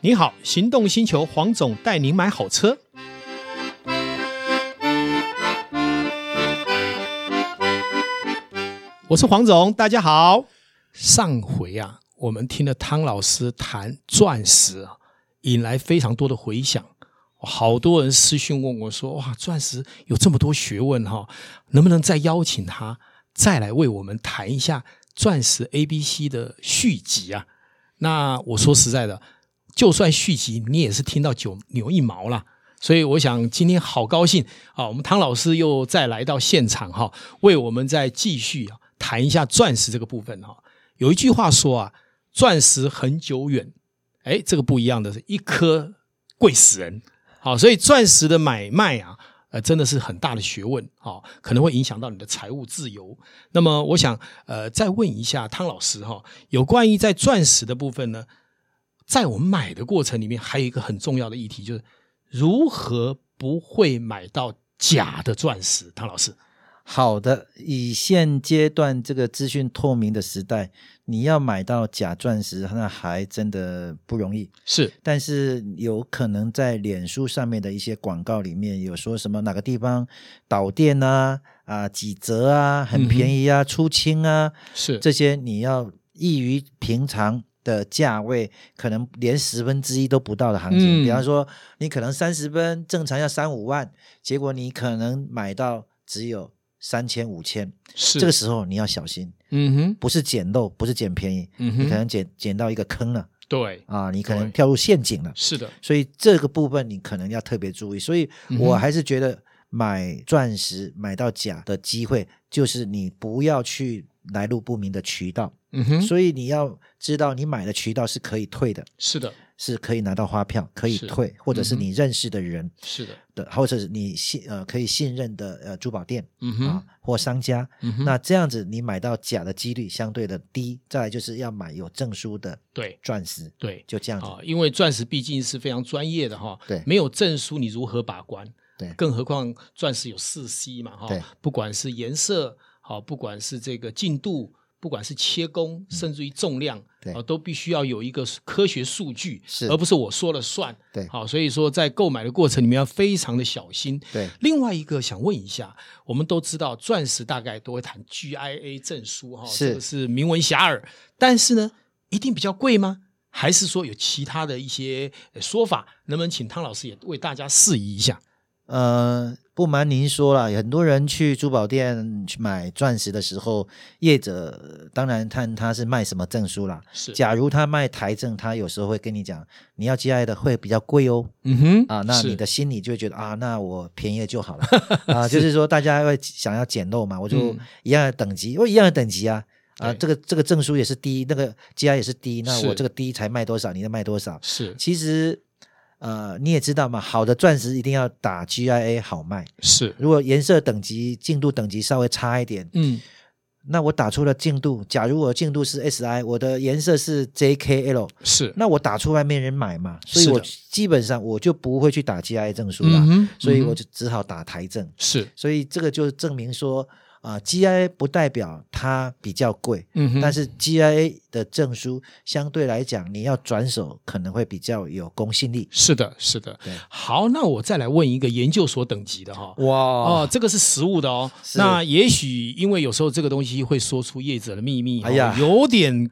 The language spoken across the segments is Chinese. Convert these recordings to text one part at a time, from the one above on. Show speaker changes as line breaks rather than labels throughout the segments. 你好，行动星球黄总带您买好车。我是黄总，大家好。上回啊，我们听了汤老师谈钻石啊，引来非常多的回响。好多人私讯问我说：“哇，钻石有这么多学问哈、能不能再邀请他再来为我们谈一下钻石 A B C 的续集啊？”那我说实在的，就算续集，你也是听到九牛一毛啦。所以我想今天好高兴啊，我们汤老师又再来到现场哈、为我们再继续啊谈一下钻石这个部分哈、有一句话说啊，钻石很久远，哎，这个不一样的是，一颗贵死人。好，所以钻石的买卖啊，呃，真的是很大的学问啊、哦可能会影响到你的财务自由。那么，我想呃，再问一下汤老师哈、有关于在钻石的部分呢，在我们买的过程里面，还有一个很重要的议题，就是如何不会买到假的钻石。汤老师，
好的，以现阶段这个资讯透明的时代，你要买到假钻石，那还真的不容易。
是
但是有可能在脸书上面的一些广告里面有说什么哪个地方导电啊啊几折啊，
嗯
很
哼
便宜啊，出清啊，
是，
这些你要异于平常的价位，可能连十分之一都不到的行
嗯
情。比方说，你可能三十分正常要三五万，结果你可能买到只有三千五千，
是
这个时候你要小心，
嗯哼，
不是捡漏，不是捡便宜，
嗯
你可
哼，
能捡捡到一个坑了
对，
啊，你可
对
能掉入陷阱了。
是的，
所以这个部分你可能要特别注意。所以
嗯
我
哼
还是觉得买钻石买到假的机会，就是你不要去来路不明的渠道。
嗯哼，
所以你要知道，你买的渠道是可以退的，
是的，
是可以拿到发票，可以
是
退，或者是
嗯哼
你认识的人
是的，
的，或者是你信呃可以信任的呃珠宝店
嗯
啊
哼，
或商家。
嗯哼，
那这样子，你买到假的几率相对的低。再来就是要买有证书的
对
钻石，
对。
就这样子。
啊，因为钻石毕竟是非常专业的哈，
对
没有证书你如何把关？
对
更何况钻石有四 C 嘛哈
对，
不管是颜色，好，不管是这个进度，不管是切工，甚至于重量，
嗯对
啊，都必须要有一个科学数据，
是
而不是我说了算，
对
好，所以说在购买的过程里面要非常的小心。
对
另外一个想问一下，我们都知道钻石大概都会谈 GIA 证书哈，
是
这个是名闻遐迩，但是呢，一定比较贵吗？还是说有其他的一些呃说法？能不能请汤老师也为大家释疑一下？
呃，不瞒您说了，很多人去珠宝店去买钻石的时候，业者呃当然看他是卖什么证书啦。
是，
假如他卖台证，他有时候会跟你讲，你要 GI 的会比较贵哦。
嗯哼，
啊，那
是
你的心里就会觉得啊，那我便宜了就好 了啊，就是说大家会想要捡漏嘛，我就
嗯
一样的等级，我一样的等级啊啊，
对
这个这个证书也是低，那个 GI 也是低，那
是
我这个低才卖多少，你再卖多少，
是
其实呃，你也知道嘛，好的钻石一定要打 GIA 好卖。
是，
如果颜色等级、净度等级稍微差一点，
嗯，
那我打出了净度，假如我净度是 SI，我的颜色是 JKL，
是，
那我打出来没人买嘛，所以
是的
我基本上我就不会去打 GIA 证书了，
嗯哼，
所以
嗯
我
哼
就只好打台证。
是，
所以这个就证明说啊、g i a 不代表它比较贵，
嗯哼，
但
是
是 GIA 的证书相对来讲，你要转手可能会比较有公信力。
是的，是的
对。
好，那我再来问一个研究所等级的哈，
哇
哦，这个是实物的哦。
是
那也许因为有时候这个东西会说出业者的秘密，
哎呀
哦有点。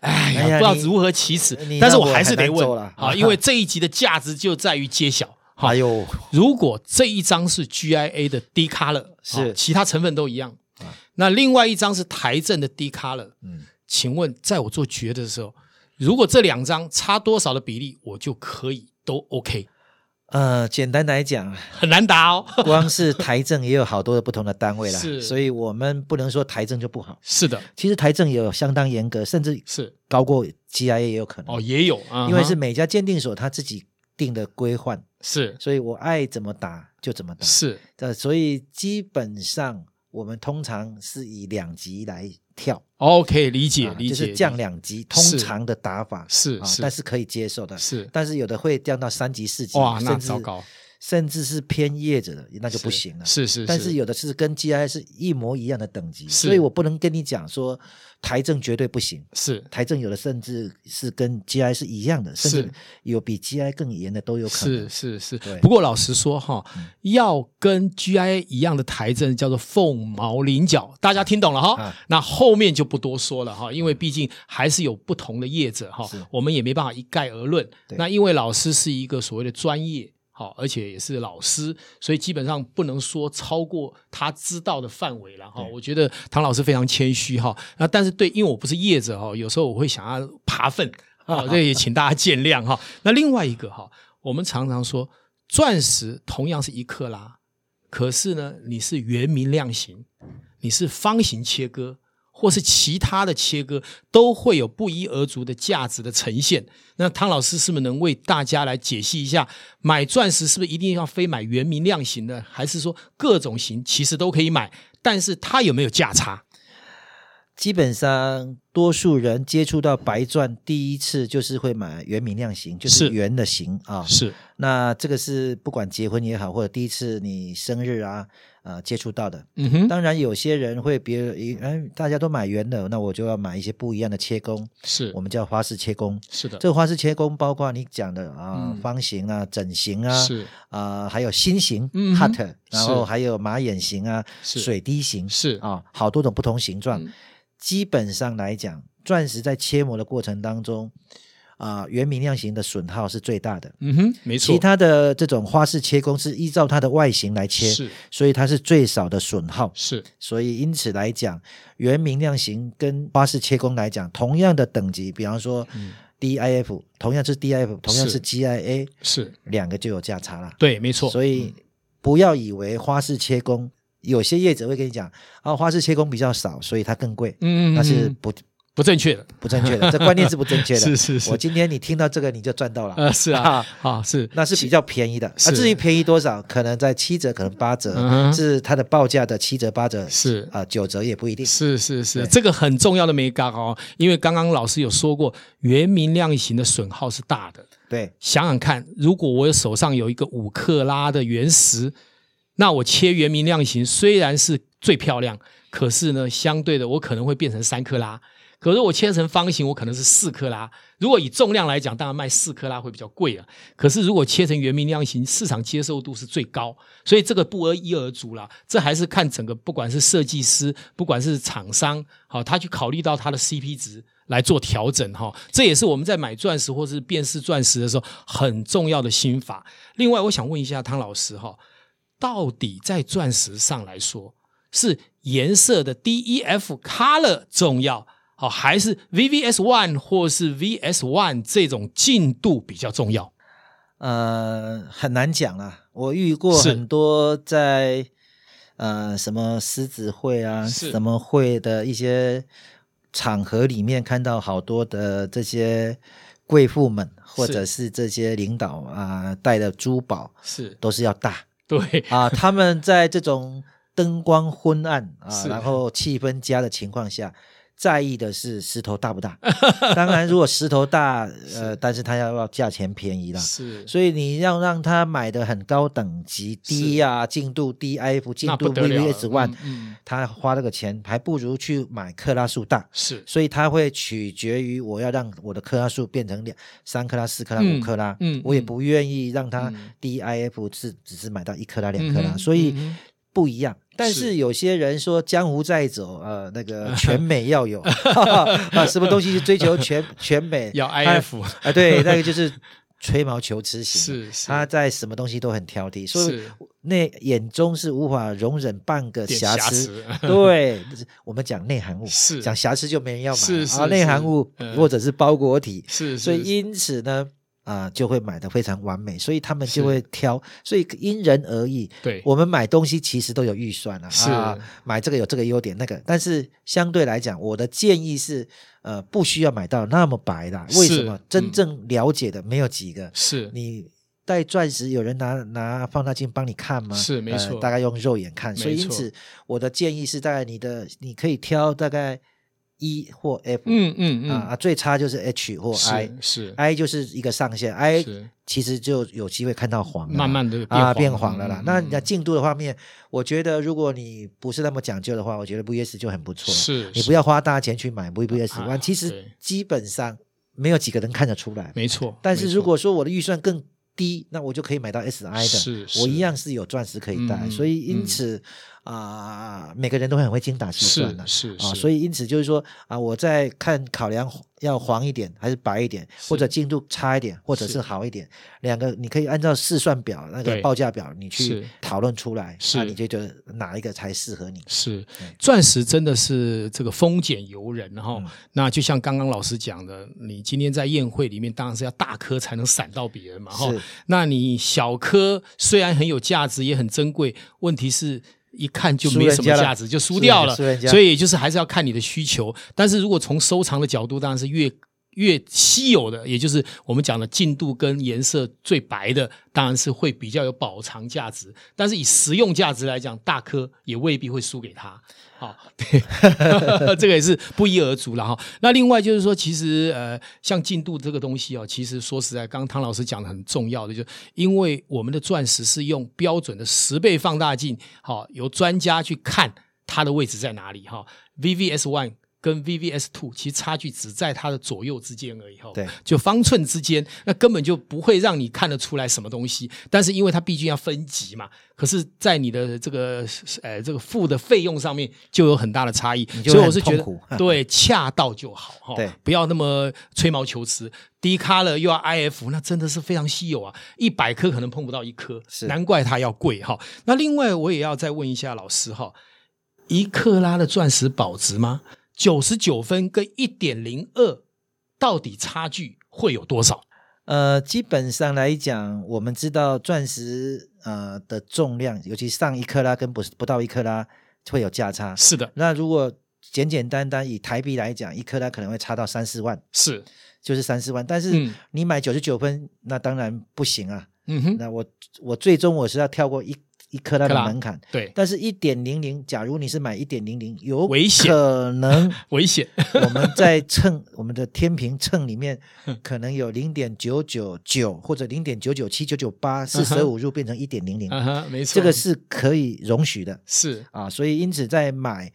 哎呀，
哎呀
不知道
你
如何启齿
你，
但是
让
我
我
还是
很
得
难做
问
了
啊， 因为这一集的价值就在于揭晓。好
哎，呦，
如果这一张是 GIA 的 D color，
是
啊其他成分都一样
啊，
那另外一张是台证的 D color，
嗯，
请问在我做决的时候，如果这两张差多少的比例，我就可以都 OK，
呃，简单来讲，
很难答哦。
光是台政也有好多的不同的单位啦，
是
所以我们不能说台政就不好。
是的，
其实台政也有相当严格，甚至
是
高过 GIA 也有可能，
哦，也有啊，
因为
哈
是每家鉴定所他自己定的规范，
是
所以我爱怎么打就怎么打。
是
呃，所以基本上我们通常是以两级来跳，
OK，理解
啊
理
就
解，
是降
理
两级，通
是
常的打法
是
啊
是，
但是可以接受的。
是
但是有的会降到三级、四级，
哇，那
甚至
糟糕，
甚至是偏业者的，那就不行了。
是是，
但是有的是跟 GI 是一模一样的等级，
是
所以我不能跟你讲说台证绝对不行。
是
台证有的甚至是跟 GI 是一样的，甚至
是
有比 GI 更严的都有可能。
是是是
对。嗯
不过老实说哈，要跟 GI 一样的台证叫做凤毛麟角，大家听懂了哈
啊？
那后面就不多说了哈，因为毕竟还是有不同的业者哈
是，
我们也没办法一概而论。
对
那因为老师是一个所谓的专业。好，而且也是老师，所以基本上不能说超过他知道的范围了哈。
对
我觉得唐老师非常谦虚哈，那但是对，因为我不是业者哈，有时候我会想要爬 粪，好，这也请大家见谅哈。那另外一个哈，我们常常说钻石同样是一克拉，可是呢，你是圆明量刑，你是方形切割，或是其他的切割，都会有不一而足的价值的呈现。那汤老师是不是能为大家来解析一下，买钻石是不是一定要非买圆明量型的，还是说各种型其实都可以买，但是它有没有价差？
基本上，多数人接触到白钻第一次就是会买圆明亮型，就是
是
圆的型啊。
是
那这个是不管结婚也好，或者第一次你生日啊，呃，接触到的。
嗯哼，
当然，有些人会别人，哎，大家都买圆的，那我就要买一些不一样的切工，
是
我们叫花式切工。
是的，
这个花式切工包括你讲的啊、
嗯
方形啊、整形啊，
是
啊、还有心形、
嗯哼
heart，然后还有马眼形啊、
是
水滴形
是
啊、好多种不同形状。
嗯
基本上来讲，钻石在切磨的过程当中，啊、原明亮型的损耗是最大的。
嗯哼，没错，
其他的这种花式切工是依照它的外形来切，
是
所以它是最少的损耗。
是
所以因此来讲，原明亮型跟花式切工来讲，同样的等级，比方说 DIF，、同样是 DIF，同样
嗯是
是 GIA，
是，
两个就有价差了。
对，没错，嗯
所以不要以为花式切工，有些业者会跟你讲啊，花式切工比较少，所以它更贵，
嗯，嗯
那是
嗯
不
不正确的，
不正确 的，这观念是不正确的。
是是是
我今天你听到这个你就赚到了。
呃，是啊，啊是，
那是比较便宜的，啊，
是
至于便宜多少，可能在七折，可能八折，
嗯哼
是它的报价的七折、八折，
是
啊、九折也不一定。
是是是，
对
这个很重要的没嘎哦，因为刚刚老师有说过，原明量型的损耗是大的。
对，
想想看，如果我手上有一个五克拉的原石，那我切原明量型虽然是最漂亮，可是呢，相对的我可能会变成三克拉。可是我切成方形，我可能是四克拉。如果以重量来讲，当然卖四克拉会比较贵啊。可是如果切成原明量型，市场接受度是最高，所以这个不而一而足啦。这还是看整个，不管是设计师，不管是厂商，好、他去考虑到他的 CP 值来做调整哈、这也是我们在买钻石或是辨识钻石的时候很重要的心法。另外，我想问一下汤老师哈、到底在钻石上来说，是颜色的 DEF color 重要，好，还是 VVS one 或是 VS one 这种进度比较重要？
呃，很难讲啦。我遇过
是
很多在呃什么狮子会啊，
是
什么会的一些场合里面，看到好多的这些贵妇们，或者是这些领导啊、带的珠宝
是
都是要大
对，
啊、他们在这种灯光昏暗啊、
是
然后气氛佳的情况下。在意的是石头大 不大，当然如果石头大，呃，但是它要要价钱便宜啦，
是
所以你要让他买的很高等级低啊，进度 DIF 进
那不
度
得了了
VVS One，、
嗯嗯
他花那个钱还不如去买克拉数大，
是，
所以他会取决于我要让我的克拉数变成两三克拉、四克拉、
嗯
五克拉，
嗯
我也不愿意让他
嗯
DIF 是只是买到一克拉、两克
嗯
拉，
哼
所以
嗯哼
不一样。但
是
是有些人说江湖再走，呃，那个 全美要有 啊，什么东西去追求全全美
要
他
IF
啊，对，那个就是吹毛求疵 型，
是是
他在什么东西都很挑剔，所以
是
那眼中是无法容忍半个
点
瑕
瑕
疵。
疵
对，我们讲内含物，啊
是
讲瑕疵就没人要买
是
了
是嗯
啊，内含
是
物
嗯
或者是包裹体，
是，
所以
是
因此呢，啊，就会买的非常完美，所以他们
是
就会挑，所以因人而异。
对
我们买东西其实都有预算了、啊，
是
买这个有这个优点那个，但是相对来讲，我的建议是，呃，不需要买到那么白的，为
是
什么
嗯？
真正了解的没有几个，
是
你。戴钻石，有人拿拿放大镜帮你看吗？
是没
呃
错
大概用肉眼看，所以
没
因
错
此我的建议是，大概你的你可以挑大概 E 或 F
嗯嗯嗯，
啊啊，最差就是 H 或
是
I。
是
I 就是一个上限，I
是
其实就有机会看到黄了啦，
慢慢的
啊变黄了啦。那你
你
的进度的方面，我觉得如果你不是那么讲究的话，我觉得 VS 就很不错。
是
你
是
不要花大钱去买 VVS
啊
万，其
对
实基本上没有几个人看得出来。
没错，
但
没
是
错
如果说我的预算更低，那我就可以买到 SI
是
的，
是
我一样是有钻石可以戴。
嗯
所以
嗯
因此啊、每个人都很会精打细
是
算的。
是
啊，
是
所以因此就是说啊，我在看考量要黄一点还是白一点，或者进度差一点，或者
是
是好一点，两个你可以按照试算表那个
对
报价表你
是
去讨论出来，
是
那你就觉得哪一个才适合你。
是
对
钻石真的是这个丰俭由人哈、
哎嗯
那就像刚刚老师讲的，你今天在宴会里面当然是要大颗才能闪到别人嘛哈、
是
那你小颗虽然很有价值，也很珍贵，问题是。一看就没
输人
什么
家了
价值，就输掉了。
输人家
所以也就是还是要看你的需求。但是如果从收藏的角度，当然是越越稀有的，也就是我们讲的进度跟颜色最白的，当然是会比较有保藏价值。但是以实用价值来讲，大颗也未必会输给它。好，对， 这个也是不一而足了哈。那另外就是说，其实呃，像进度这个东西哦，其实说实在，刚刚汤老师讲的很重要的，就是因为我们的钻石是用标准的十倍放大镜，好、由专家去看它的位置在哪里哈、VVS one 跟 VVS two 其实差距只在它的左右之间而已哈、
对，
就方寸之间，那根本就不会让你看得出来什么东西。但是因为它毕竟要分级嘛，可是，在你的这个呃这个付的费用上面就有很大的差异，
你就
所以
会
我是
很
觉
痛
得
苦
对恰到就好哈、
对
不要那么吹毛求疵。低咖了又要 IF，那真的是非常稀有啊！一百颗可能碰不到一颗，
是
难怪它要贵哈。那另外我也要再问一下老师哈，一克拉的钻石保值吗？九十九分跟一点零二到底差距会有多少？
呃，基本上来讲，我们知道钻石呃的重量，尤其上一克拉跟不不到一克拉会有价差。
是的，
那如果简简单单以台币来讲，一克拉可能会差到三四万，
是，
就是三四万。但是
嗯
你买九十九分，那当然不行啊。
嗯哼，
那我我最终我是要跳过一一克拉
克
的
拉
门槛。
对，
但是，一点零零，假如你是买一点零零，有
危险
可能
危险，
我们在秤我们的天平秤里面，可能有零点九九九或者零点九九七、九九八，四舍五入变成一点零零，
啊哈，没错，
这个是可以容许的
是
啊。所以因此在买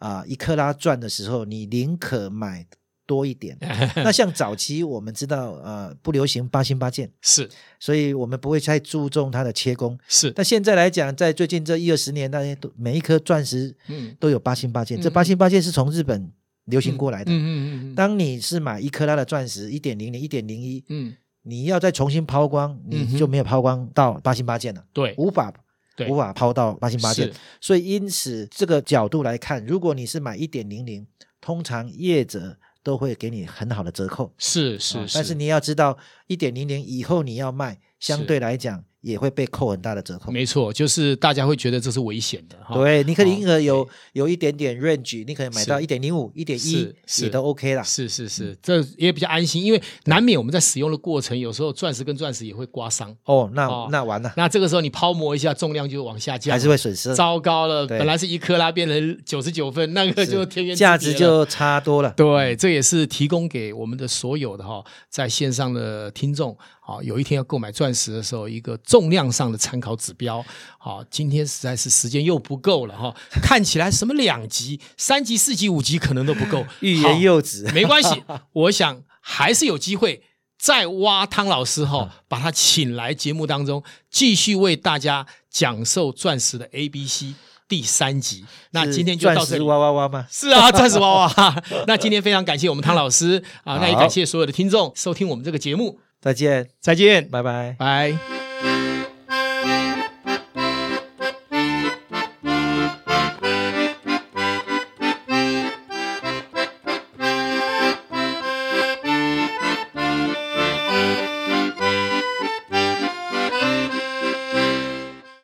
啊一克拉钻的时候，你宁可买多一
嗯
点。那像早期我们知道，呃，不流行八星八件，
是
所以我们不会太注重它的切工。
是，
但现在来讲，在最近这一二十年，大家都每一颗钻石
嗯
都有八星八件，这
嗯
八星八件是从日本流行过来的。
嗯嗯嗯嗯
当你是买一克拉的钻石，一点零零、一点零一，
嗯，
你要再重新抛光，
嗯哼
你就没有抛光到八星八件了，
对，
无法
对
无法抛到八星八件
是。
所以因此这个角度来看，如果你是买一点零零，通常业者都会给你很好的折扣。
是
啊
是，
但是你要知道，一点零零以后你要卖，相对来讲也会被扣很大的折扣。
没错，就是大家会觉得这是危险的哈，
对，你可
哦
能可有
对
有一点点 range，你可以买到
是
一点零五、一点
是
一
是
也都 OK 啦。
是是
嗯
是，这也比较安心，因为难免我们在使用的过程，有时候钻石跟钻石也会刮伤。
哦，那
哦
那完了，
那这个时候你抛磨一下，重量就往下降，
还是会损失。
糟糕了。
对
本来是一克拉变成九十九分，那个
是
就天渊之
价
别
值
了
就差多了。
对，这也是提供给我们的所有的哈、在线上的听众，好、有一天要购买钻石的时候，一个重量上的参考指标。好、今天实在是时间又不够了哈、看起来什么两级、三级、四级、五级可能都不够，
欲
好
言又止，
没关系，我想还是有机会再挖汤老师哈、把他请来节目当中，继续为大家讲授钻石的 A B C 第三集。那
是
今天就
钻
到这
石
里。
哇哇哇吗？
是啊，钻石娃娃。 那今天非常感谢我们汤老师啊，那也
好
感谢所有的听众收听我们这个节目，
再见，
再见，
拜拜。
拜。